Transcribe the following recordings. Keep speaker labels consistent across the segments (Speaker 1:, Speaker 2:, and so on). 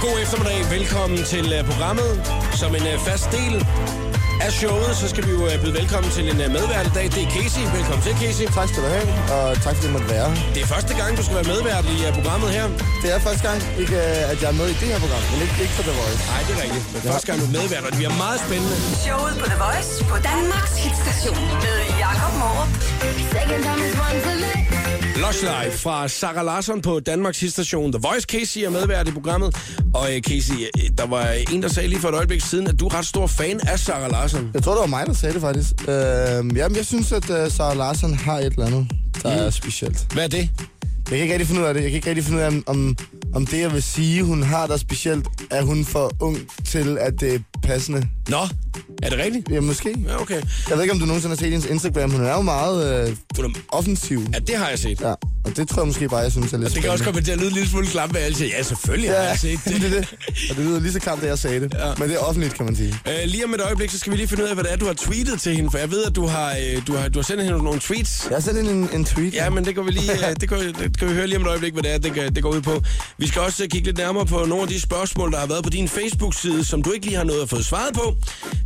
Speaker 1: God eftermiddag. Velkommen til øh, programmet. Som en øh, fast del af showet, så skal vi jo øh, byde velkommen til en øh, medvært i dag. Det er Casey. Velkommen til, Casey.
Speaker 2: Tak skal du have, og tak fordi jeg måtte være her.
Speaker 1: Det er første gang, du skal være medvært i øh, programmet her.
Speaker 2: Det er første gang, ikke, øh, at jeg er med i det her program, men ikke, ikke for The Voice.
Speaker 1: Nej, det er rigtigt. Men første gang, du er medvært, og det bliver meget spændende.
Speaker 3: Showet på The Voice på Danmarks hitstation med Jakob Morup.
Speaker 4: Second time is one for me.
Speaker 1: Lush Life fra Sarah Larsson på Danmarks station The Voice. Casey er medvært i programmet. Og øh, Casey, øh, der var øh, en, der sagde lige for et øjeblik siden, at du er ret stor fan af Sarah Larsson.
Speaker 2: Jeg tror, det var mig, der sagde det faktisk. Øh, jamen, jeg synes, at øh, Sarah Larsen har et eller andet, der
Speaker 1: Mm.
Speaker 2: er specielt.
Speaker 1: Hvad er det?
Speaker 2: Jeg kan ikke rigtig finde ud af det. Jeg kan ikke rigtig finde ud af, om- om, om det, jeg vil sige, hun har der specielt, er hun for ung til, at det er passende.
Speaker 1: Nå, er det rigtigt?
Speaker 2: Ja, måske.
Speaker 1: Ja, okay.
Speaker 2: Jeg ved ikke, om du nogensinde har set hendes Instagram. Hun er jo meget øh,
Speaker 1: Hun er-
Speaker 2: offensiv.
Speaker 1: Ja, det har jeg set.
Speaker 2: Ja, og det tror jeg måske bare, jeg synes er lidt
Speaker 1: Og det kan også komme
Speaker 2: spændende.
Speaker 1: til at lyde en lille smule klamme, altså. Ja, selvfølgelig har
Speaker 2: Ja,
Speaker 1: jeg set
Speaker 2: det
Speaker 1: det.
Speaker 2: er det. Og det lyder lige så klamt, da jeg sagde det.
Speaker 1: Ja.
Speaker 2: Ja. Men det er offentligt, kan man sige.
Speaker 1: Øh, lige om et øjeblik, så skal vi lige finde ud af, hvad det er, du har tweetet til hende, for jeg ved, at du har, øh, du har, du har sendt hende nogle tweets.
Speaker 2: Jeg har sendt en, en tweet.
Speaker 1: Ja, men det kan vi lige, øh, det kan, det kan vi høre lige om et øjeblik, hvad det er, det, kan, det går ud på. Vi skal også øh, kigge lidt nærmere på nogle af de spørgsmål, der har været på din Facebook-side, som du ikke lige har nået at få svaret på.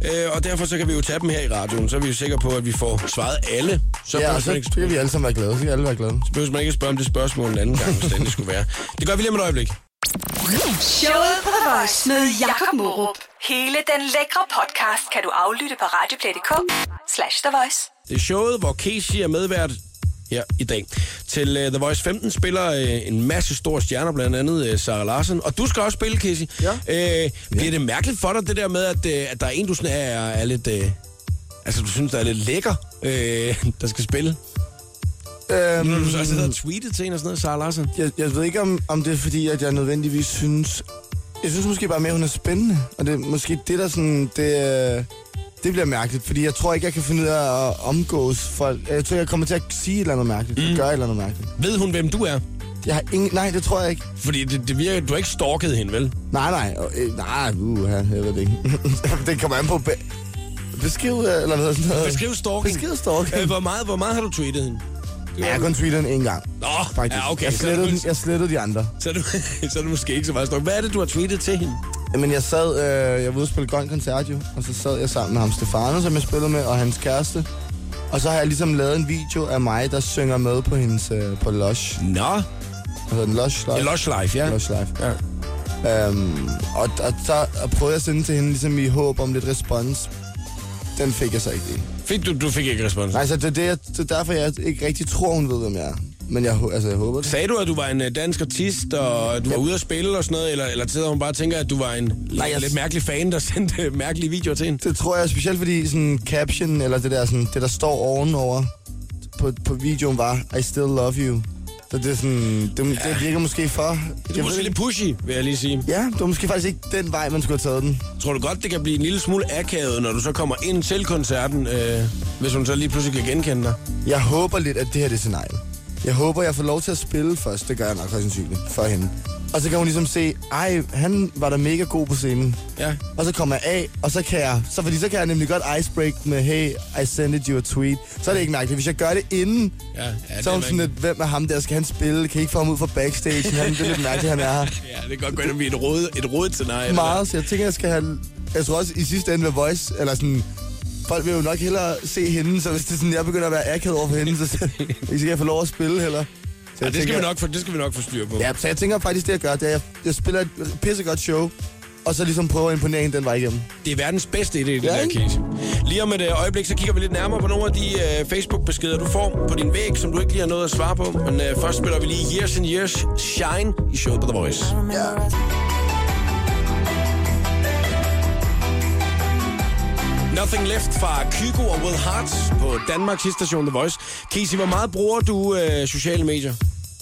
Speaker 1: Øh, og derfor så kan vi jo tage dem her i radioen, så er vi jo sikre på, at vi får svaret alle. Så
Speaker 2: ja,
Speaker 1: behøver
Speaker 2: og
Speaker 1: man
Speaker 2: så
Speaker 1: ikke-
Speaker 2: skal vi alle sammen være glade. Så skal alle være glade.
Speaker 1: behøver man ikke at spørge om det spørgsmål en anden gang, hvis det endelig skulle være. Det gør vi lige om et øjeblik.
Speaker 3: Showet på The Voice med Jakob Morup. Hele den lækre podcast kan du aflytte på radioplay.dk slash The Voice.
Speaker 1: Det er showet, hvor Casey er medvært her i dag. Til uh, The Voice 15 spiller uh, en masse store stjerner, blandt andet uh, Sarah Larsen. Og du skal også spille, Casey.
Speaker 2: Ja.
Speaker 1: Uh, bliver det mærkeligt for dig, det der med, at, uh, at der er en, du sådan er, er lidt... Uh, altså, du synes, der er lidt lækker, uh, der skal spille? Nu har
Speaker 2: Øhm,
Speaker 1: du så også siddet og tweetet til en og sådan noget, Sarah Larsen.
Speaker 2: jeg, jeg ved ikke, om, om det er fordi, at jeg nødvendigvis synes... Jeg synes måske bare mere, at hun er spændende. Og det er måske det, der sådan... Det, øh, det bliver mærkeligt, fordi jeg tror ikke, jeg kan finde ud af at omgås folk. Jeg tror, jeg kommer til at sige et eller andet mærkeligt. Mm. Gøre et eller andet mærkeligt.
Speaker 1: Ved hun, hvem du er?
Speaker 2: Jeg har ingen... Nej, det tror jeg ikke.
Speaker 1: Fordi det, det virker, du har ikke stalket hende, vel?
Speaker 2: Nej, nej. og, Øh, nej, uh, jeg ved det ikke. det kommer an på... Be- beskriv, øh, eller hvad sådan noget.
Speaker 1: Beskriv stalking.
Speaker 2: Beskriv stalking.
Speaker 1: Øh, hvor, meget, hvor meget har du tweetet hende?
Speaker 2: Ja, jeg har kun tweetet den en gang.
Speaker 1: Nå,
Speaker 2: Faktisk.
Speaker 1: ja, okay.
Speaker 2: Jeg
Speaker 1: Så er,
Speaker 2: slettede,
Speaker 1: du,
Speaker 2: den, jeg slettede de andre.
Speaker 1: så, er du, så er du måske ikke så meget stalking. Hvad er det, du har tweetet til hende?
Speaker 2: Men jeg sad, øh, jeg var ude og spille grøn koncert jo, og så sad jeg sammen med ham Stefano, som jeg spillede med, og hans kæreste. Og så har jeg ligesom lavet en video af mig, der synger med på hendes, øh, på Lush.
Speaker 1: Nå,
Speaker 2: Hvad hedder den? Lush Live?
Speaker 1: Det er Lush Life, ja.
Speaker 2: Lush Live.
Speaker 1: ja.
Speaker 2: Øhm, og, og så prøvede jeg at sende til hende ligesom i håb om lidt respons. Den fik jeg så ikke lige.
Speaker 1: Fik du, du fik ikke respons.
Speaker 2: Nej, så det er, det, jeg, det er derfor, jeg ikke rigtig tror, hun ved, hvem jeg er. Men jeg, hå- altså, jeg håber det.
Speaker 1: Sagde du, at du var en øh, dansk artist, og du var ude at spille og sådan noget, eller, eller sidder hun bare og tænker, at du var en Nej,
Speaker 2: jeg-
Speaker 1: lidt mærkelig fan, der sendte øh, mærkelige videoer til hende?
Speaker 2: Det tror jeg specielt, fordi sådan caption, eller det der, sådan, det der står ovenover på, på videoen var, I still love you. Så det, er sådan, det, det virker måske for...
Speaker 1: Det er måske lidt pushy, vil jeg lige sige.
Speaker 2: Ja, det var måske faktisk ikke den vej, man skulle have taget den.
Speaker 1: Tror du godt, det kan blive en lille smule akavet, når du så kommer ind til koncerten, øh, hvis hun så lige pludselig kan genkende dig?
Speaker 2: Jeg håber lidt, at det her det er scenariet. Jeg håber, jeg får lov til at spille først. Det gør jeg nok højst sandsynligt for hende. Og så kan hun ligesom se, ej, han var da mega god på scenen.
Speaker 1: Ja.
Speaker 2: Og så kommer jeg af, og så kan jeg, så, fordi så kan jeg nemlig godt icebreak med, hey, I sent you a tweet. Så er det ikke mærkeligt. Hvis jeg gør det inden,
Speaker 1: Ja, ja,
Speaker 2: så er hun
Speaker 1: det
Speaker 2: sådan lidt, hvem er ham der? Skal han spille? Kan I ikke få ham ud fra backstage? Han, det er lidt mærkeligt, han er her.
Speaker 1: Ja, det kan godt gå ind og blive et rodet, et rodet scenarie. det
Speaker 2: Meget, så jeg tænker, jeg skal have... Jeg tror også, i sidste ende med Voice, eller sådan... Folk vil jo nok hellere se hende, så hvis det er sådan, jeg begynder at være akavet over for hende, så, så kan jeg få lov at spille heller. Så
Speaker 1: der. Ja, det skal,
Speaker 2: tænker,
Speaker 1: vi nok få, det skal vi nok få styr på.
Speaker 2: Ja, så jeg tænker faktisk, det jeg gør, det er, at jeg, jeg spiller et pissegodt show, og så ligesom prøver at imponere hende den vej igennem.
Speaker 1: Det er verdens bedste idé, det
Speaker 2: Ja,
Speaker 1: der,
Speaker 2: ikke?
Speaker 1: Casey. Lige om et øh, øjeblik, så kigger vi lidt nærmere på nogle af de øh, Facebook-beskeder, du får på din væg, som du ikke lige har nået at svare på. Men øh, først spiller vi lige Years and Years Shine i showet på The Voice.
Speaker 2: Ja.
Speaker 1: Nothing Left fra Kygo og Will Hearts på Danmarks station The Voice. Casey, hvor meget bruger du øh, sociale medier?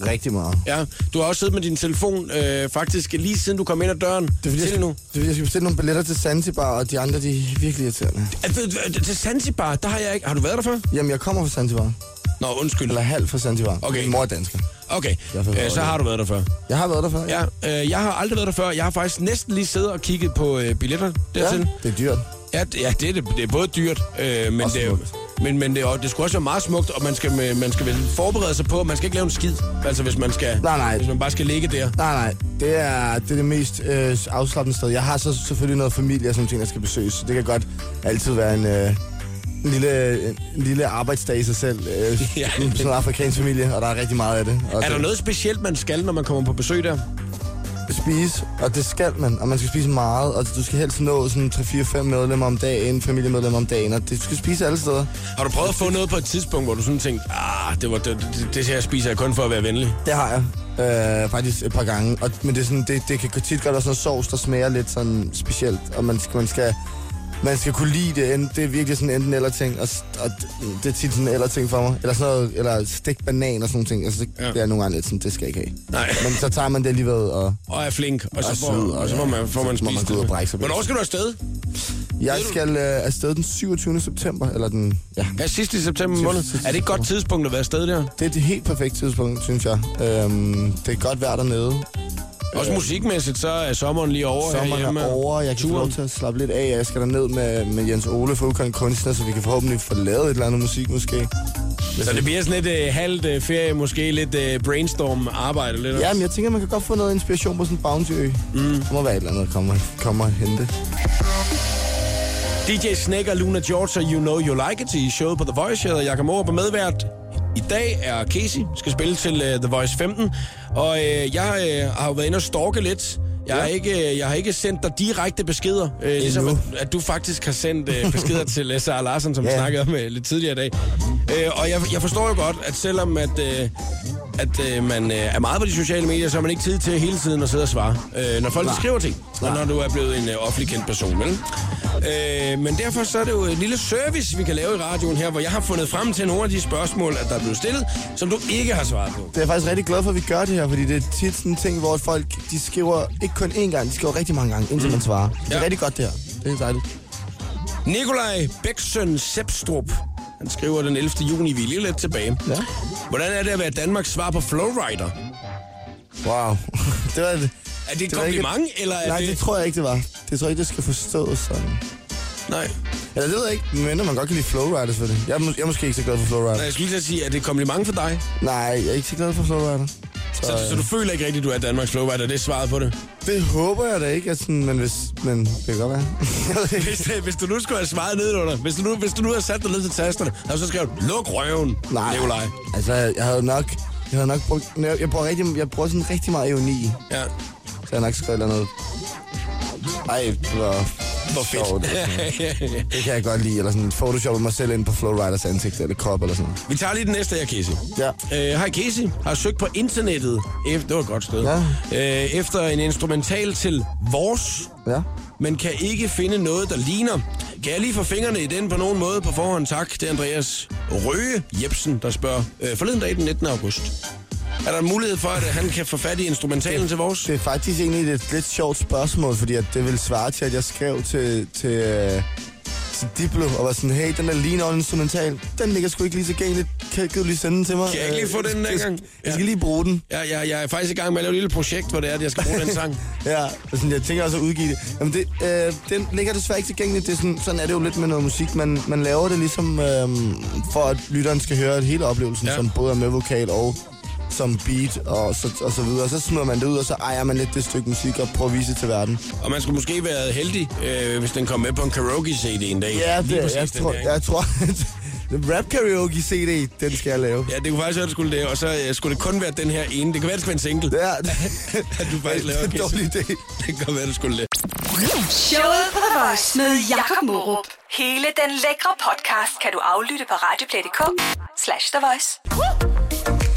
Speaker 2: Rigtig meget.
Speaker 1: Ja, du har også siddet med din telefon øh, faktisk lige siden du kom ind ad døren
Speaker 2: Det er, fordi, jeg
Speaker 1: til
Speaker 2: skal,
Speaker 1: nu.
Speaker 2: det er, fordi jeg skal bestille nogle billetter til Zanzibar, og de andre, de er virkelig irriterende.
Speaker 1: Altså, øh, Til Zanzibar, der har jeg ikke... Har du været der før?
Speaker 2: Jamen, jeg kommer fra Zanzibar.
Speaker 1: Nå, undskyld.
Speaker 2: Eller halv fra Zanzibar.
Speaker 1: Okay.
Speaker 2: Min mor er dansker.
Speaker 1: Okay,
Speaker 2: Jeg forstår
Speaker 1: øh, så
Speaker 2: det.
Speaker 1: har du været der før.
Speaker 2: Jeg har været der før.
Speaker 1: Ja, øh, jeg har aldrig været der før. Jeg har faktisk næsten lige siddet og kigget på øh, billetter dertil.
Speaker 2: Det er dyrt.
Speaker 1: Ja, ja, ja det, er, det, det er både dyrt, øh, men
Speaker 2: Og
Speaker 1: det er, jo-
Speaker 2: smukt.
Speaker 1: Men, men det, er også- det skulle også være meget smukt, og man skal, med- man skal vel forberede sig på, man skal ikke lave en skid. Altså, hvis man skal...
Speaker 2: Nej, nej.
Speaker 1: Hvis man bare skal ligge der.
Speaker 2: Nej, nej. Det er det, er det mest øh, afslappende sted. Jeg har så selvfølgelig noget familie og sådan nogle ting, der skal besøges. Så det kan godt altid være en, øh, en, lille, en lille arbejdsdag i sig selv. Øh,
Speaker 1: Ja.
Speaker 2: ja. Sådan en afrikansk familie, og der er rigtig meget af det. Og
Speaker 1: Er der
Speaker 2: det,
Speaker 1: noget specielt, man skal, når man kommer på besøg der?
Speaker 2: Spise, og det skal man. Og man skal spise meget, og du skal helst nå sådan 3-4-5 medlemmer om dagen, familiemedlemmer om dagen, og det du skal spise alle steder.
Speaker 1: Har du prøvet at få noget på et tidspunkt, hvor du sådan tænkte, ah, det, var, det, det, det her spiser jeg kun for at være venlig?
Speaker 2: Det har jeg. Øh, faktisk et par gange. Og, men det, er sådan, det, det kan tit godt være sådan noget sovs, der smager lidt sådan specielt. Og man skal, man skal, man skal kunne lide det. Enten- Det er virkelig sådan enten eller ting. Og, s- og det- det er tit sådan en eller ting for mig. Eller sådan noget, eller stegt banan og sådan nogle ting. Altså, det,
Speaker 1: Ja.
Speaker 2: ja. det er nogle gange lidt sådan, det skal jeg ikke have.
Speaker 1: Nej.
Speaker 2: Men så tager man det alligevel, og
Speaker 1: Og er flink, og så,
Speaker 2: Og
Speaker 1: får,
Speaker 2: sød, og
Speaker 1: og så får
Speaker 2: ja.
Speaker 1: man, får man
Speaker 2: Så må man
Speaker 1: spist
Speaker 2: gå ud og brække sig på
Speaker 1: Hvornår
Speaker 2: det.
Speaker 1: skal du afsted?
Speaker 2: jeg
Speaker 1: Ved du-
Speaker 2: skal øh, afsted den 27. september, eller den, ja.
Speaker 1: Ja, sidst i september måned.
Speaker 2: sidst i
Speaker 1: Er det et godt tidspunkt at være afsted der?
Speaker 2: Det er et helt perfekt tidspunkt, synes jeg. Øhm, det er godt vejr dernede.
Speaker 1: Også musikmæssigt, så er sommeren lige over
Speaker 2: Øh, Sommeren
Speaker 1: herhjemme.
Speaker 2: er over, jeg kan få lov
Speaker 1: Turen.
Speaker 2: til at slappe lidt af. Jeg skal derned med, med Jens Ole fra Ukon Kunstner, så vi kan forhåbentlig få lavet et eller andet musik måske.
Speaker 1: Så det bliver sådan et øh, halvt øh, ferie, måske lidt øh, brainstorm-arbejde. Lidt
Speaker 2: Ja, men jeg tænker, man kan godt få noget inspiration på sådan en bountyø. Mm. Der må være et eller andet, der kommer, kommer og hente.
Speaker 1: DJ Snake og Luna George og You Know You Like It i showet på The Voice. Jeg hedder Jakob Morup og medvært. I dag er Casey, skal spille til uh, The Voice 15. Og uh, jeg uh, har jo været inde og stalke lidt. Jeg, har ikke, uh, jeg har ikke sendt dig direkte beskeder, uh, ligesom at,
Speaker 2: Endnu.
Speaker 1: at du faktisk har sendt uh, beskeder til uh, Sarah Larsen, som vi
Speaker 2: Ja.
Speaker 1: snakkede om uh, lidt tidligere i dag. Uh, og jeg, jeg forstår jo godt, at selvom at, uh, at uh, man uh, er meget på de sociale medier, så har man ikke tid til hele tiden at sidde og svare, uh, når folk
Speaker 2: Nej.
Speaker 1: skriver ting. Og
Speaker 2: Nej.
Speaker 1: når du er blevet en øh, offentlig kendt person, vel? Øh, men derfor så er det jo en lille service, vi kan lave i radioen her, hvor jeg har fundet frem til nogle af de spørgsmål, at der er blevet stillet, som du ikke har svaret på.
Speaker 2: Det er jeg faktisk rigtig glad for, at vi gør det her, fordi det er tit sådan en ting, hvor folk de skriver ikke kun én gang, de skriver rigtig mange gange, indtil man svarer. Det er
Speaker 1: Mm. Ja.
Speaker 2: rigtig godt det her. Det er dejligt.
Speaker 1: Nikolaj Bæksøn Sepstrup, han skriver den 11. juni, vi er lige lidt tilbage.
Speaker 2: Ja.
Speaker 1: Hvordan er det at være Danmarks svar på Flowrider?
Speaker 2: Wow. det var et...
Speaker 1: Er det et
Speaker 2: var ikke-
Speaker 1: kompliment, eller er
Speaker 2: Nej,
Speaker 1: det...
Speaker 2: det tror jeg ikke, det var. Det tror jeg ikke, det skal forstås sådan.
Speaker 1: Nej.
Speaker 2: Eller det ved jeg ikke, men man godt kan lide Flowrider selvfølgelig. Jeg er, mås- jeg er måske ikke så glad for Flowrider.
Speaker 1: Nej, jeg skulle lige til at sige, er det et kompliment for dig?
Speaker 2: Nej, jeg er ikke så glad for Flowrider. Så,
Speaker 1: Så, øh. så du føler ikke rigtigt, du er Danmarks Flowrider, det er svaret på det.
Speaker 2: det håber jeg da ikke, at sådan, men, hvis, men det kan godt være. Jeg ved ikke.
Speaker 1: Hvis, hvis du nu skulle have svaret nedenunder, hvis du nu, hvis du nu havde sat dig ned til tasterne, og så skrev du, luk røven,
Speaker 2: Nej,
Speaker 1: Nikolaj.
Speaker 2: altså jeg havde nok, jeg havde nok brugt, nej, jeg bruger, rigtig, jeg bruger sådan rigtig meget ironi, i,
Speaker 1: Ja.
Speaker 2: så jeg har nok skrevet noget. Ej, det var
Speaker 1: Hvor fedt.
Speaker 2: sjovt. Det kan jeg godt lide, eller sådan photoshoppe mig selv ind på Flowriders ansigt eller krop eller sådan noget.
Speaker 1: Vi tager lige den næste her, Casey.
Speaker 2: Ja.
Speaker 1: Øh, Hej Casey, har søgt på internettet, efter, det var et godt sted,
Speaker 2: Ja.
Speaker 1: øh, efter en instrumental til vores,
Speaker 2: Ja.
Speaker 1: men kan ikke finde noget, der ligner. Kan jeg lige få fingrene i den på nogen måde på forhånd? Tak. Det er Andreas Røge Jebsen, der spørger øh, forleden dag den 19. august. Er der en mulighed for, at øh, han kan få fat i instrumentalen til vores?
Speaker 2: Det er faktisk egentlig et lidt sjovt spørgsmål, fordi at det vil svare til, at jeg skrev til, til, øh, til Diplo og var sådan, hey, den er lige en instrumental. Den ligger sgu ikke lige tilgængeligt. Kan kan du lige sende den til mig?
Speaker 1: Kan jeg ikke lige få
Speaker 2: Øh,
Speaker 1: den
Speaker 2: jeg-
Speaker 1: dengang? Ja.
Speaker 2: Jeg skal lige bruge den.
Speaker 1: Jeg, jeg, jeg er faktisk i gang med at lave et lille projekt, hvor det er, at jeg skal bruge den sang.
Speaker 2: Ja, og sådan, jeg tænker også at udgive det. Jamen, det, øh, den ligger desværre ikke tilgængeligt. Det er sådan, sådan er det jo lidt med noget musik. Man, man laver det ligesom, øh, for at lytteren skal høre hele oplevelsen,
Speaker 1: Ja.
Speaker 2: ja. som både er med vokal og som beat og så, og så videre. Så smider man det ud, og så ejer man lidt det stykke musik og prøver at vise det til verden.
Speaker 1: Og man skulle måske være heldig, øh, hvis den kom med på en karaoke-CD en dag.
Speaker 2: Ja,
Speaker 1: Lige
Speaker 2: det,
Speaker 1: præcis
Speaker 2: jeg,
Speaker 1: den
Speaker 2: tror,
Speaker 1: der, ikke?
Speaker 2: jeg tror, at rap karaoke CD, den skal jeg lave.
Speaker 1: Ja, det kunne faktisk være, at du skulle det, og så øh, skulle det kun være den her ene. Det kan være, at det skulle være en single.
Speaker 2: Ja, det,
Speaker 1: At du faktisk
Speaker 2: det er
Speaker 1: laver
Speaker 2: en
Speaker 1: okay, så-
Speaker 2: dårlig idé.
Speaker 1: Det kan godt være, at du skulle det.
Speaker 3: Showet på The Voice med Jakob Morup. Hele den lækre podcast kan du aflytte på radioplay.dk slash The Voice.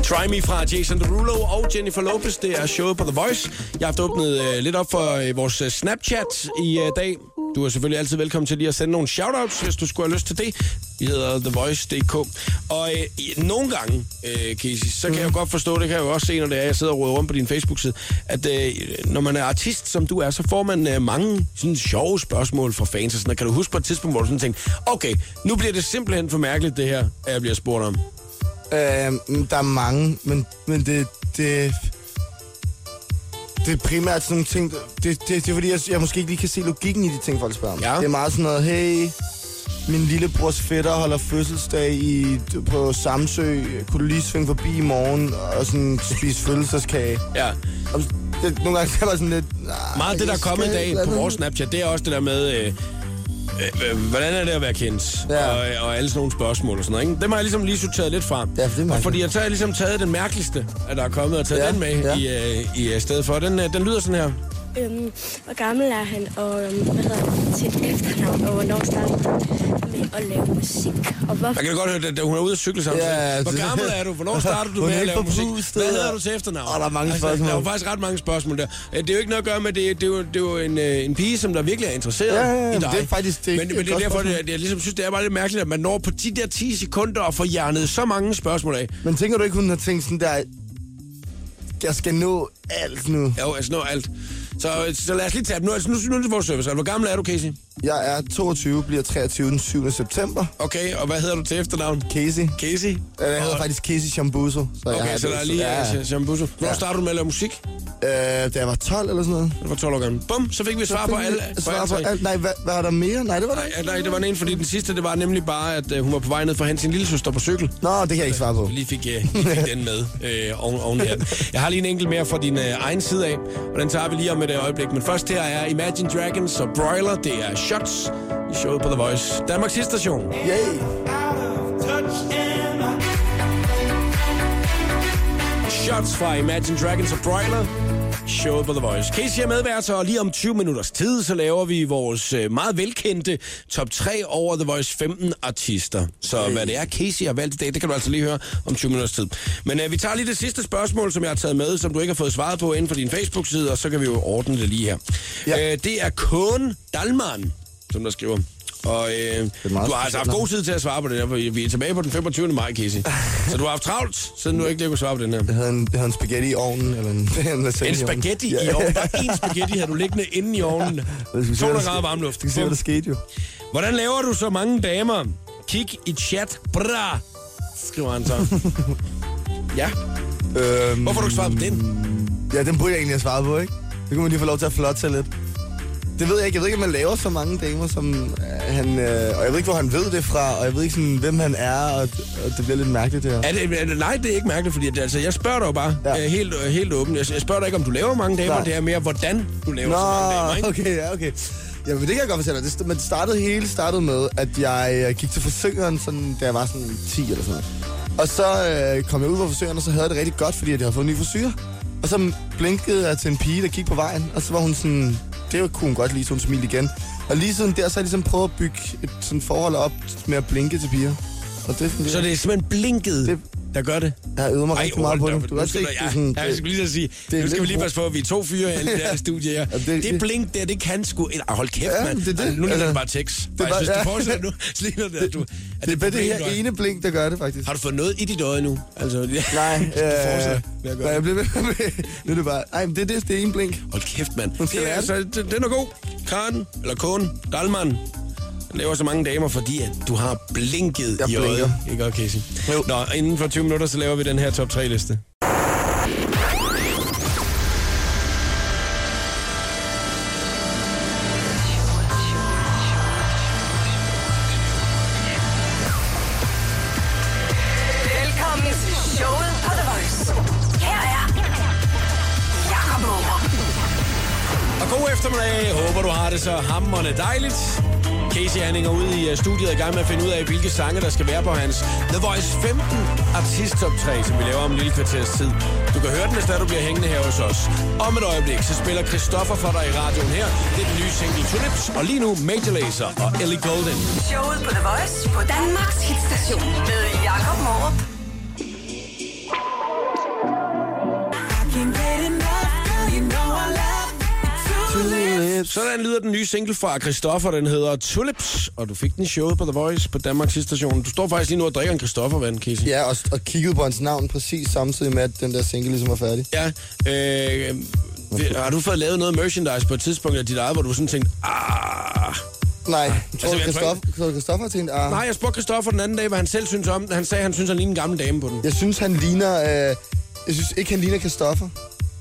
Speaker 1: Try Me fra Jason Derulo og Jennifer Lopez. Det er showet på The Voice. Jeg har haft åbnet øh, lidt op for øh, vores øh, Snapchat i øh, dag. Du er selvfølgelig altid velkommen til lige at sende nogle shoutouts, hvis du skulle have lyst til det. Vi hedder TheVoice.dk. Og øh, i- nogle gange, øh, Casey, så kan jeg jo godt forstå, det kan jeg jo også se, når det er, jeg sidder og råder rundt på din Facebook-side, at øh, når man er artist, som du er, så får man øh, mange sådan sjove spørgsmål fra fans og sådan noget. Kan du huske på et tidspunkt, hvor du sådan tænkte, okay, nu bliver det simpelthen for mærkeligt, det her, at jeg bliver spurgt om.
Speaker 2: Øhm, der er mange, men, men det, det, det er primært sådan nogle ting, det, det, det er fordi, jeg, jeg måske ikke lige kan se logikken i de ting, folk spørger om.
Speaker 1: Ja.
Speaker 2: Det er meget sådan noget, hey, min lillebrors fætter holder fødselsdag i, på Samsø. Kunne du lige svinge forbi i morgen og sådan spise fødselsdagskage?
Speaker 1: Ja.
Speaker 2: Og det, nogle gange er jeg bare sådan lidt... "Nej,
Speaker 1: Meget af det, der er
Speaker 2: jeg
Speaker 1: kommet i
Speaker 2: skal
Speaker 1: dag
Speaker 2: et eller
Speaker 1: på
Speaker 2: andet."
Speaker 1: vores Snapchat, det er også det der med, øh, øh, øh, hvordan er det at være kendt?
Speaker 2: Ja.
Speaker 1: Og, og alle sådan nogle spørgsmål og sådan noget. Ikke? Dem har jeg ligesom lige sorteret lidt fra.
Speaker 2: Ja, for det er
Speaker 1: og
Speaker 2: mærkeligt.
Speaker 1: fordi jeg så har jeg ligesom taget den mærkeligste, at der er kommet og taget
Speaker 2: Ja,
Speaker 1: den med
Speaker 2: ja.
Speaker 1: i, øh, i øh, stedet for. Den, øh, den lyder sådan her.
Speaker 5: Øhm, hvor gammel er han, og øhm, hvad hedder han, sit efternavn, og hvornår startede han med at lave musik, og hvorfor?
Speaker 1: Jeg kan godt høre, at hun er ude at cykle samtidig.
Speaker 2: Ja, altså,
Speaker 1: Hvor
Speaker 2: det-
Speaker 1: gammel er du? Hvornår startede du
Speaker 2: Hun
Speaker 1: med
Speaker 2: er
Speaker 1: at
Speaker 2: ikke
Speaker 1: lave musik?
Speaker 2: forpustet,
Speaker 1: Hvad hedder
Speaker 2: og-
Speaker 1: du til efternavn? Altså,
Speaker 2: Og der er mange spørgsmål.
Speaker 1: Der er jo faktisk ret mange spørgsmål der. Øh, Det er jo ikke noget at gøre med, det, det, er, jo, det er jo en, øh, en pige, som der virkelig er interesseret
Speaker 2: Ja, ja, ja,
Speaker 1: i
Speaker 2: men
Speaker 1: dig.
Speaker 2: det er faktisk- det er
Speaker 1: men,
Speaker 2: ikke
Speaker 1: men
Speaker 2: et
Speaker 1: det er
Speaker 2: godt
Speaker 1: derfor,
Speaker 2: spørgsmål.
Speaker 1: at jeg ligesom synes, det er bare lidt mærkeligt, at man når på de der 10 sekunder og får hjernet så mange spørgsmål af.
Speaker 2: Men tænker du ikke, hun har tænkt sådan der... Jeg skal nå alt nu.
Speaker 1: Jo, altså nå alt. Så, så lad os lige tage dem. Nu, altså, nu, nu er det vores service. Hvor gammel er du, Casey?
Speaker 2: Jeg er 22, bliver 23 den 7. september.
Speaker 1: Okay, og hvad hedder du til efternavn?
Speaker 2: Casey.
Speaker 1: Casey?
Speaker 2: Jeg hedder
Speaker 1: Og-
Speaker 2: faktisk Casey Chambuso. Så jeg
Speaker 1: Okay,
Speaker 2: har
Speaker 1: så
Speaker 2: det.
Speaker 1: der er lige altså-
Speaker 2: ja,
Speaker 1: ja. Shambuso. Hvornår
Speaker 2: Ja.
Speaker 1: startede du med at lave musik?
Speaker 2: øh, da jeg var 12 eller sådan noget.
Speaker 1: Du var 12 år gammel. Bum, så fik vi svar på alle.
Speaker 2: Svar
Speaker 1: alle
Speaker 2: på
Speaker 1: tre.
Speaker 2: alt. Nej, hvad, hvad er der mere? Nej, det var der
Speaker 1: Nej,
Speaker 2: ikke.
Speaker 1: ja, nej, det var den ene, fordi den sidste, det var nemlig bare, at øh, hun var på vej ned for at hente sin lille søster på cykel.
Speaker 2: Nå, det kan jeg ikke svare på.
Speaker 1: Vi lige fik, øh, lige fik den med øh, oven, oven her. Jeg har lige en enkelt mere fra din øh, egen side af, og den tager vi lige om et øh, øjeblik. Men først her er Imagine Dragons og Broiler, det er Shots i showet på The Voice. Danmarks station.
Speaker 2: Yay!
Speaker 1: Shots fra Imagine Dragons og Broiler. Showet på The Voice. Casey er medværter, og lige om 20 minutters tid, så laver vi vores øh, meget velkendte top 3 over The Voice 15 artister. Så hvad det er, Casey har valgt i dag, det kan du altså lige høre om 20 minutters tid. Men øh, vi tager lige det sidste spørgsmål, som jeg har taget med, som du ikke har fået svaret på inden for din Facebook-side, og så kan vi jo ordne det lige her. Ja.
Speaker 2: Ja.
Speaker 1: Øh, det er Kåen Dalman, som der skriver. Og øh, du
Speaker 2: meget
Speaker 1: har altså haft
Speaker 2: specielt
Speaker 1: god tid til at svare på det her, for vi er tilbage på den 25. maj, Casey. Så du har haft travlt, siden du ikke lige kunne svare på den her.
Speaker 2: Jeg havde en, jeg havde en spaghetti i ovnen, eller en, en lasagne
Speaker 1: En
Speaker 2: i ovnen.
Speaker 1: spaghetti i ovnen. Der er en spaghetti, havde du liggende inde i ovnen.
Speaker 2: Jeg skal se,
Speaker 1: 200
Speaker 2: hvad der
Speaker 1: grader
Speaker 2: sker.
Speaker 1: varmluft.
Speaker 2: Du kan se, hvad der skete jo.
Speaker 1: Hvordan laver du så mange damer? Kig i chat. Bra, skriver han så. ja.
Speaker 2: Øhm,
Speaker 1: Hvorfor har du ikke svaret på den?
Speaker 2: Ja, den burde jeg egentlig have svaret på, ikke? Det kunne man lige få lov til at flotte sig lidt. Det ved jeg ikke. Jeg ved ikke, om man laver så mange damer, som øh, han... Øh, og jeg ved ikke, hvor han ved det fra, og jeg ved ikke, sådan, hvem han er, og, og det bliver lidt mærkeligt, det her.
Speaker 1: Er det, er det, nej, det er ikke mærkeligt, fordi det, altså, jeg spørger dig jo bare ja.
Speaker 2: Ja.
Speaker 1: øh, helt, øh, helt åbent. Jeg, jeg spørger dig ikke, om du laver mange damer.
Speaker 2: Nej.
Speaker 1: Det er mere, hvordan du laver så mange damer. Ikke?
Speaker 2: Nå, okay, ja, okay. Ja, men det kan jeg godt fortælle dig. Det, st- men det startede, hele startede med, at jeg øh, gik til frisøren, sådan, da jeg var sådan 10 eller sådan noget. Og så øh, kom jeg ud fra frisøren, og så havde jeg det rigtig godt, fordi at jeg havde fået en ny frisyr. Og så blinkede jeg til en pige, der gik på vejen, og så var hun sådan... Det kunne hun godt lide, så hun smilte igen. Og lige siden der, så har jeg ligesom prøvet at bygge et sådan forhold op med at blinke til piger. Og det, fungerer.
Speaker 1: Så det er simpelthen blinket, det...
Speaker 2: Det-
Speaker 1: der gør det.
Speaker 2: jeg har øvet mig rigtig meget på
Speaker 1: hold da
Speaker 2: det.
Speaker 1: op.
Speaker 2: Du
Speaker 1: Nu
Speaker 2: kan godt se,
Speaker 1: skal
Speaker 2: det
Speaker 1: der-
Speaker 2: er
Speaker 1: ja,
Speaker 2: sådan...
Speaker 1: ja, jeg
Speaker 2: det-
Speaker 1: skulle lige til at sige,
Speaker 2: det er
Speaker 1: nu skal vi
Speaker 2: lidt
Speaker 1: lige passe på, at vi er to fyre her i det her studie her.
Speaker 2: det-
Speaker 1: det, det
Speaker 2: det-
Speaker 1: blink der, det kan sgu... Ej, hold kæft,
Speaker 2: Ja,
Speaker 1: mand.
Speaker 2: det er det.
Speaker 1: Ej, Nu ligner
Speaker 2: Altså,
Speaker 1: det bare tekst. Faktisk,
Speaker 2: er bare-
Speaker 1: hvis du
Speaker 2: ja.
Speaker 1: fortsætter nu, så ligner det, at du... at
Speaker 2: Det er bare
Speaker 1: problem,
Speaker 2: det
Speaker 1: du
Speaker 2: her
Speaker 1: har.
Speaker 2: ene blink, der gør det, faktisk.
Speaker 1: Har du fået noget i dit øje nu? Altså,
Speaker 2: Nej,
Speaker 1: du fortsætter med at gøre
Speaker 2: øh, nej,
Speaker 1: det.
Speaker 2: jeg blev ved med. Nu er det bare, nej, men det, er det, det er en blink.
Speaker 1: Hold kæft, mand.
Speaker 2: Hun skal
Speaker 1: Det er,
Speaker 2: lære
Speaker 1: altså, det, den er god. Karen, eller Kåen, Dalman, den laver så mange damer, fordi at du har blinket
Speaker 2: Jeg
Speaker 1: i
Speaker 2: blinker.
Speaker 1: øjet. Ikke godt, Casey? Jo. Nå, inden for 20 minutter, så laver vi den her top 3-liste.
Speaker 3: Velkommen til showet på The Voice. Her er Jakob Morup.
Speaker 1: Og god eftermiddag. Håber, du har det så hammerende dejligt. Casey han hænger ud i øh, studiet og er i gang med at finde ud af, hvilke sange, der skal være på hans The Voice 15 Artist Top 3, som vi laver om en lille kvarters tid. Du kan høre den, hvis der du bliver hængende her hos os. Om et øjeblik, så spiller Christoffer for dig i radioen her. Det er den nye single Tulips, og lige nu Major Lazer og Ellie Golden.
Speaker 3: Showet på The Voice på Danmarks hitstation med Jakob Morup.
Speaker 1: Sådan lyder den nye single fra Christoffer, den hedder Tulips, og du fik den showet på The Voice på Danmarks station. Du står faktisk lige nu og drikker en Christoffer-vand, Casey.
Speaker 2: Ja, og, og kiggede på hans navn præcis samtidig med, at den der single ligesom var færdig.
Speaker 1: Ja, øh, vi- har du fået lavet noget merchandise på et tidspunkt af dit eget, hvor du sådan tænkte, ah...
Speaker 2: Nej, tror
Speaker 1: jeg
Speaker 2: du,
Speaker 1: tror
Speaker 2: Christoffer, tror du, Christoffer har tænkt, ah,
Speaker 1: Nej, jeg spurgte Christoffer den anden dag, hvad han selv synes om den. Han sagde, han synes, han ligner en gammel dame på den.
Speaker 2: jeg synes, han ligner, øh, jeg synes ikke, han ligner Christoffer.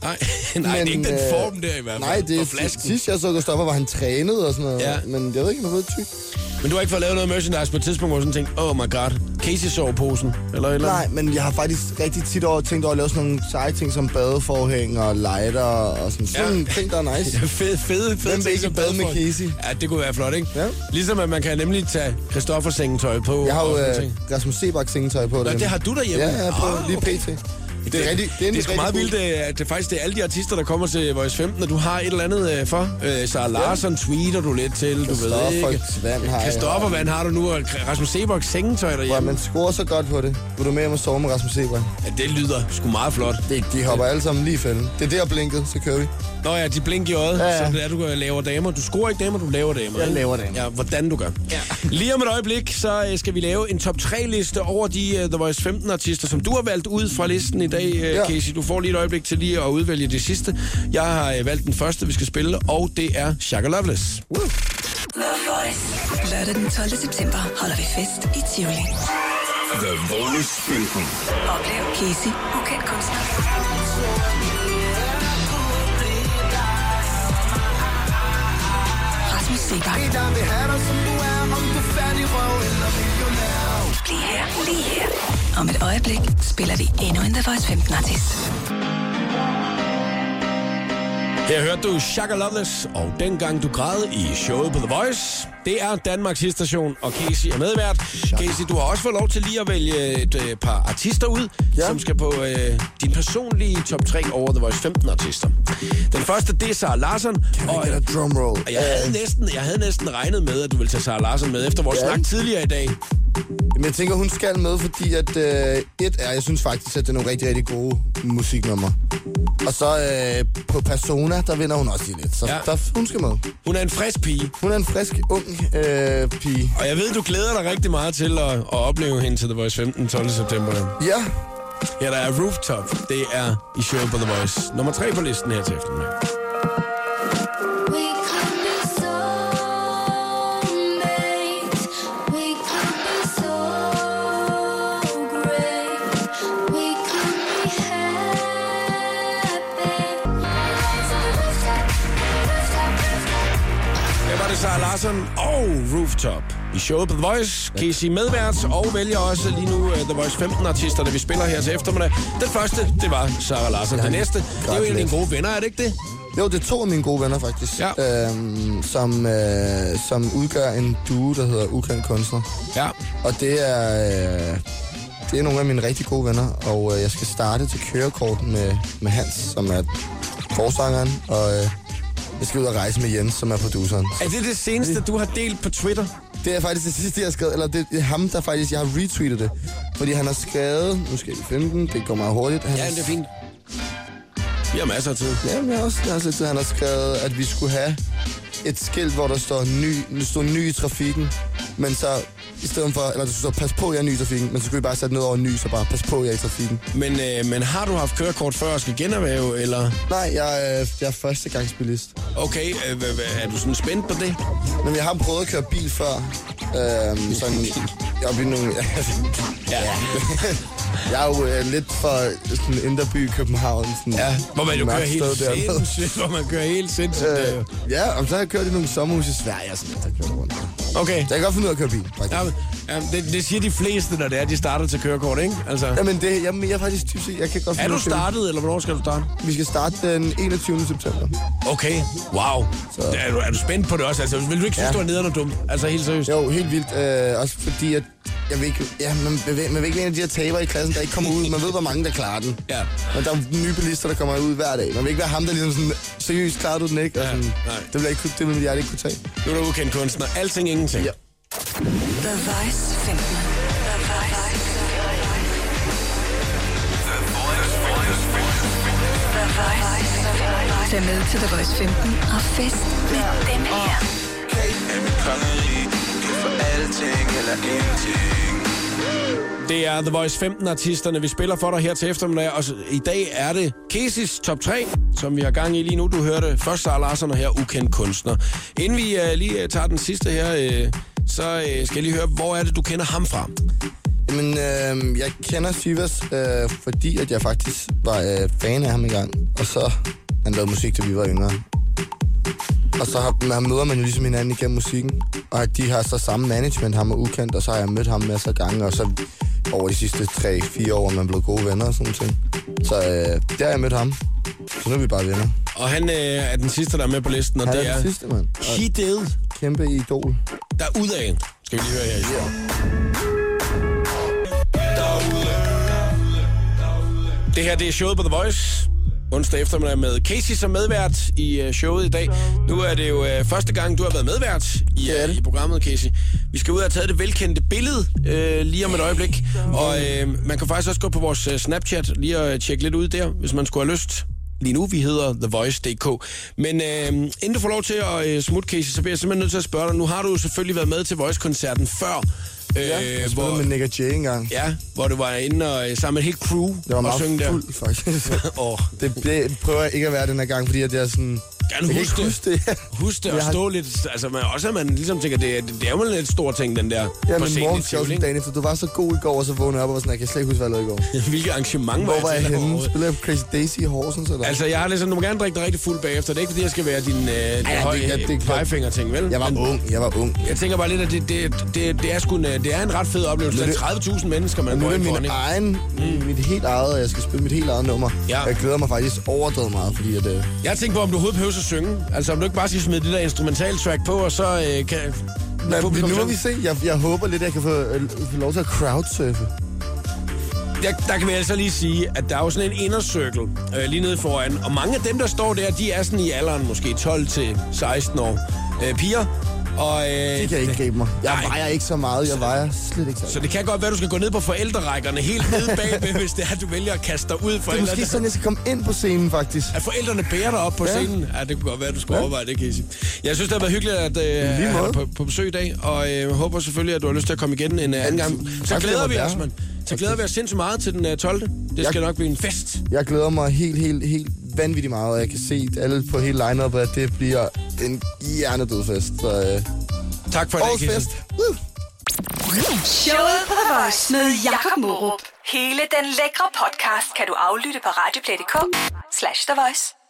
Speaker 1: Nej, nej men, det er ikke den
Speaker 2: øh,
Speaker 1: form der i hvert fald.
Speaker 2: Nej, det
Speaker 1: og
Speaker 2: er
Speaker 1: flasken.
Speaker 2: sidst jeg så Gustavo, var han trænet og sådan noget.
Speaker 1: Ja.
Speaker 2: Ja. Men jeg ved ikke, om han er blevet tyk.
Speaker 1: Men du har ikke fået lavet noget merchandise på et tidspunkt, hvor du sådan tænkte, oh my god, Casey-soveposen, eller et eller
Speaker 2: Nej, men jeg har faktisk rigtig tit over, tænkt over at lave sådan nogle seje ting som badeforhæng og lighter og sådan, sådan
Speaker 1: Ja.
Speaker 2: nogle ting, der er nice.
Speaker 1: andet? Fede, fede, fede
Speaker 2: vil
Speaker 1: ting
Speaker 2: ikke
Speaker 1: som
Speaker 2: bade med
Speaker 1: badefolk.
Speaker 2: Casey?
Speaker 1: Ja, det kunne være flot, ikke?
Speaker 2: Ja.
Speaker 1: Ligesom at man kan nemlig tage Christoffers sengetøj på.
Speaker 2: Jeg har jo
Speaker 1: og sådan
Speaker 2: øh,
Speaker 1: ting.
Speaker 2: Rasmus Sebak sengetøj på
Speaker 1: Nå,
Speaker 2: derhjemme.
Speaker 1: det har du derhjemme?
Speaker 2: Ja, jeg har på
Speaker 1: Ah,
Speaker 2: lige
Speaker 1: okay.
Speaker 2: pt. Det er, rigtig,
Speaker 1: det er,
Speaker 2: en
Speaker 1: sgu
Speaker 2: rigtig
Speaker 1: meget
Speaker 2: god-
Speaker 1: vildt, øh, at det faktisk det er alle de artister, der kommer til Voice 15, og du har et eller andet øh, for. Øh, Sara Larsson tweeter du lidt til, du ved
Speaker 2: Christoffer
Speaker 1: ikke.
Speaker 2: Svand har jeg.
Speaker 1: Christoffer, hvad har du nu? Og Rasmus Sebok sengetøj
Speaker 2: Ja,
Speaker 1: derhjemme.
Speaker 2: man scorer så godt på det. Vil du med hjem og sove med Rasmus Sebak?
Speaker 1: Ja, det lyder sgu meget flot.
Speaker 2: Det, de hopper alle sammen lige i fælden. Det er der blinket, så kører vi.
Speaker 1: Nå ja, de blink i øjet, ja,
Speaker 2: Ja,
Speaker 1: ja.
Speaker 2: ja.
Speaker 1: så det er, du øh, laver damer. Du scorer ikke damer, du laver damer.
Speaker 2: Jeg
Speaker 1: ikke?
Speaker 2: laver damer.
Speaker 1: Ja, hvordan du gør. Ja. Lige om et øjeblik, så øh, skal vi lave en top 3-liste over de uh, The Voice 15-artister, som du har valgt ud fra listen i dag, uh, ja.
Speaker 2: Ja.
Speaker 1: Casey. Du får lige et øjeblik til lige at udvælge det sidste. Jeg har uh, valgt den første, vi skal spille, og det er Shaka Loveless.
Speaker 6: The Voice. Lørdag den 12. september holder vi fest i Tivoli.
Speaker 7: The Voice 15.
Speaker 6: Oplev Casey, ukendt kunstner. Rasmus Sebak. Bliv her, lige her. Om et øjeblik spiller vi endnu en The Voice 15-artist.
Speaker 1: Her hørte du Shaka Loveless, og dengang du græd i showet på The Voice. Det er Danmarks Hitstation, og Casey er medvært. Casey, du har også fået lov til lige at vælge et øh, par artister ud, ja.
Speaker 2: Ja.
Speaker 1: som skal på øh, din personlige top 3 over The Voice 15-artister. Den første, det er Sara Larsson. Og,
Speaker 2: Get a drumroll.
Speaker 1: og jeg, havde næsten, jeg havde næsten regnet med, at du ville tage Sara Larsson med efter vores ja.
Speaker 2: Ja.
Speaker 1: snak tidligere i dag.
Speaker 2: Men jeg tænker, hun skal med, fordi at, øh, et er, jeg synes faktisk, at det er nogle rigtig, rigtig gode musiknumre. Og så øh, på Persona, der vinder hun også lige lidt. Så
Speaker 1: Ja.
Speaker 2: ja. der, hun skal med.
Speaker 1: Hun er en frisk pige,
Speaker 2: Hun er en frisk, ung øh, pige.
Speaker 1: og jeg ved, du glæder dig rigtig meget til at, at opleve hende til The Voice 15 12. september.
Speaker 2: Ja,
Speaker 1: Her der er Rooftop. Det er i showet på The Voice. Nummer tre på listen her til eftermiddag.
Speaker 4: We could be soulmates. We could be so great. We could be happy.
Speaker 1: Her var det Sarah Larsen og Rooftop. I showet på The Voice, Casey medvært og vælger også lige nu øh, The Voice 15 artister, der vi spiller her til eftermiddag. Den første, det var Sarah Larsen. Den næste, det er jo en af dine gode venner, er det ikke det?
Speaker 2: jo, det er to af mine gode venner faktisk,
Speaker 1: Ja.
Speaker 2: øhm, som, øh, som udgør en duo, der hedder Ukendt Kunstner.
Speaker 1: Ja.
Speaker 2: Og det er, øh, det er nogle af mine rigtig gode venner, og øh, jeg skal starte til kørekort med, med Hans, som er forsangeren, og øh, jeg skal ud og rejse med Jens, som er produceren.
Speaker 1: Er det det seneste, du har delt på Twitter?
Speaker 2: Det er faktisk det sidste, jeg har skrevet, eller det er ham, der faktisk, jeg har retweetet det. Fordi han har skrevet, nu skal jeg lige finde den, det går meget hurtigt. Han
Speaker 1: Ja, det er fint. Vi har masser af tid.
Speaker 2: Ja, men jeg har også jeg har også set, at han har skrevet, at vi skulle have et skilt, hvor der står ny, der står ny i trafikken, men så i stedet for, eller der står, pas på, jeg er ny i trafikken, men så skulle vi bare sætte noget over ny, så bare, pas på, jeg er i trafikken.
Speaker 1: Men, øh, men har du haft kørekort før og skal genervæve, eller...
Speaker 2: Nej, jeg, er- jeg er førstegangsbilist.
Speaker 1: Okay, øh, hvad- hvad- er du sådan spændt på det?
Speaker 2: Men jeg har prøvet at køre bil før. Øhm, sådan, jeg er blevet nogle...
Speaker 1: Ja.
Speaker 2: jeg er jo øh, lidt fra sådan Inderby i København. Sådan,
Speaker 1: Ja, hvor man jo kører
Speaker 2: mørkt
Speaker 1: helt
Speaker 2: sted dernede.
Speaker 1: sindssygt, hvor man kører helt sindssygt. Øh.
Speaker 2: Øh, ja, og så har jeg kørt i nogle sommerhus i Sverige og sådan lidt, der kører rundt. Så
Speaker 1: Okay.
Speaker 2: jeg kan godt finde ud af at køre bil, faktisk.
Speaker 1: Ja, men, ja, det, det siger de fleste, når det er, de starter til kørekort, ikke? Altså,
Speaker 2: Jamen, det, jamen, jeg er faktisk typisk, jeg kan godt
Speaker 1: er
Speaker 2: finde
Speaker 1: du
Speaker 2: ud af at køre
Speaker 1: startet, eller hvornår skal du starte?
Speaker 2: bil. Vi skal starte den 21. september.
Speaker 1: Okay, wow. Så. Er, du, er du spændt på det også? Altså, vil du ikke synes, ja.
Speaker 2: Ja.
Speaker 1: du er nederen og dum? Altså, helt seriøst.
Speaker 2: Jo, helt vildt. Øh, også fordi, at jeg vil ikke, ja, man, vil, man vil ikke være en af de her tabere i klassen, der ikke kommer ud. Man ved, hvor mange, der klarer den.
Speaker 1: Ja.
Speaker 2: Men der er nye bilister, der kommer ud hver dag. Man vil ikke være ham, der ligesom sådan, seriøst, klarer du den ikke? Og
Speaker 1: Ja,
Speaker 2: sådan,
Speaker 1: nej.
Speaker 2: det ville jeg ikke, kunne- det ville jeg ikke kunne tage.
Speaker 1: Nu er du ukendt kunstner. Alting, ingenting. Ja.
Speaker 2: Ja.
Speaker 6: The Voice 15. The Voice. The Voice. Tag med til The Voice 15 og fest med dem her.
Speaker 1: Det er The Voice 15-artisterne, vi spiller for dig her til eftermiddag. Og så- i dag er det Kesis Top 3, som vi har gang i lige nu. Du hørte først Sara Larsen og her Ukendt Kunstner. Inden vi uh, lige uh, tager den sidste her, uh, så uh, skal jeg lige høre, hvor er det, du kender ham fra?
Speaker 2: Jamen, øh, jeg kender Sivas, øh, fordi at jeg faktisk var øh, fan af ham engang. og så han lavede musik, da vi var yngre. Og så har, man møder man jo ligesom hinanden igennem musikken. Og de har så samme management, ham er ukendt, og så har jeg mødt ham masser af gange, og så over de sidste 3-4 år er man blevet gode venner og sådan noget. Så øh, der har jeg mødt ham. Så nu er vi bare venner.
Speaker 1: Og han øh, er den sidste, der er med på listen, og
Speaker 2: Han
Speaker 1: det
Speaker 2: er
Speaker 1: er...
Speaker 2: den sidste, mand. Og
Speaker 1: He did.
Speaker 2: Kæmpe idol.
Speaker 1: Der er udad. Skal vi lige høre her. i stedet. Det her, det er showet på The Voice. Onsdag eftermiddag med Casey som medvært i øh, showet i dag. Nu er det jo øh, første gang, du har været medvært i, øh, i programmet, Casey. Vi skal ud og have taget det velkendte billede øh, lige om et øjeblik. Og øh, man kan faktisk også gå på vores øh, Snapchat lige og øh, tjekke lidt ud der, hvis man skulle have lyst. Lige nu, vi hedder TheVoice.dk. Men øh, inden du får lov til at øh, smutte, Casey, så bliver jeg simpelthen nødt til at spørge dig. Nu har du jo selvfølgelig været med til Voice-koncerten før. Øh,
Speaker 2: Ja, jeg
Speaker 1: hvor,
Speaker 2: spillede med Nick og Jay engang.
Speaker 1: ja, hvor du var inde og, øh, sammen med et helt crew
Speaker 2: Jeg var
Speaker 1: og synge
Speaker 2: meget
Speaker 1: der.
Speaker 2: fuld, faktisk.
Speaker 1: Åh.
Speaker 2: det, det prøver jeg ikke at være den her gang, fordi at jeg er sådan...
Speaker 1: Gerne
Speaker 2: jeg kan
Speaker 1: huske
Speaker 2: ikke huske det.
Speaker 1: Husk det og
Speaker 2: Jeg har-
Speaker 1: stå lidt, altså man, også at man ligesom tænker, det, er- det er jo en lidt stor ting, den der
Speaker 2: Ja,
Speaker 1: på
Speaker 2: men
Speaker 1: scenen i
Speaker 2: morgen skrev
Speaker 1: Tivoli,
Speaker 2: sådan
Speaker 1: ikke?
Speaker 2: dagen efter, du var så god i går, og så vågnede jeg op og var sådan, jeg kan slet ikke huske, hvad jeg lavede i går.
Speaker 1: Hvilket arrangement
Speaker 2: Hvor var jeg
Speaker 1: til
Speaker 2: henne?
Speaker 1: overhovedet?
Speaker 2: Spillede jeg på Crazy Daisy i Horsens, eller?
Speaker 1: Altså, jeg har ligesom, du må gerne drikke dig rigtig fuld bagefter. Det er ikke, fordi jeg skal være din øh, din
Speaker 2: det-
Speaker 1: høje
Speaker 2: ja, det er klart.
Speaker 1: pegefinger-ting, vel?
Speaker 2: jeg var
Speaker 1: Men
Speaker 2: ung, jeg var ung.
Speaker 1: Jeg tænker bare lidt, at det, det, det, det, er, sgu en, øh, det er en ret fed oplevelse.
Speaker 2: Men
Speaker 1: Det
Speaker 2: det-
Speaker 1: er 30.000 mennesker, man
Speaker 2: Nu
Speaker 1: går
Speaker 2: er det
Speaker 1: ind foran,
Speaker 2: min
Speaker 1: ikke?
Speaker 2: egen, mit helt eget, og jeg skal spille mit helt eget nummer.
Speaker 1: Mm. Ja.
Speaker 2: Jeg glæder mig faktisk overdrevet meget, fordi at, øh,
Speaker 1: Jeg tænker på, om du overhovedet behøver at synge. Altså, om du ikke bare skal smide det der instrumental track på, og så øh, kan...
Speaker 2: men,
Speaker 1: publikum
Speaker 2: nu må
Speaker 1: synge.
Speaker 2: vi se. Jeg, jeg håber lidt, at jeg kan få, øh, få lov til at crowdsurfe.
Speaker 1: der, der kan vi altså lige sige, at der er jo sådan en inner circle øh, lige nede foran, og mange af dem, der står der, de er sådan i alderen måske 12 til 16 år øh, piger, og øh,
Speaker 2: Det kan ikke gribe mig. Jeg
Speaker 1: Nej.
Speaker 2: vejer ikke så meget, jeg vejer slet ikke så
Speaker 1: så det kan godt være, du skal gå ned på forældrerækkerne helt nede bagved, hvis det er, at du vælger at kaste dig ud for
Speaker 2: Det er måske sådan, jeg skal komme ind på scenen, faktisk.
Speaker 1: At forældrene bærer dig op på ja.
Speaker 2: Ja.
Speaker 1: scenen? Ja, det kunne godt være, du skulle ja.
Speaker 2: Ja.
Speaker 1: overveje det, Casey. Jeg synes, det har været hyggeligt at øh,
Speaker 2: lige
Speaker 1: have dig
Speaker 2: måde.
Speaker 1: på, på besøg i dag, og øh, håber selvfølgelig, at du har lyst til at komme igen en øh, anden gang. Så
Speaker 2: Tak,
Speaker 1: glæder
Speaker 2: fordi
Speaker 1: vi
Speaker 2: jeg måtte
Speaker 1: os,
Speaker 2: være
Speaker 1: mand. Så
Speaker 2: her.
Speaker 1: glæder vi os sindssygt meget til den øh, 12. Det skal nok blive en fest.
Speaker 2: Jeg glæder mig helt, helt, helt vanvittigt meget, og jeg kan se alle på hele line at det bliver en hjernedød fest. Så, øh,
Speaker 1: Tak for i dag,
Speaker 2: årets
Speaker 1: Casey.
Speaker 2: fest! Woo!
Speaker 3: Showet på The Voice med Jakob Morup. Hele den lækre podcast kan du aflytte på radioplay.dk slash The Voice.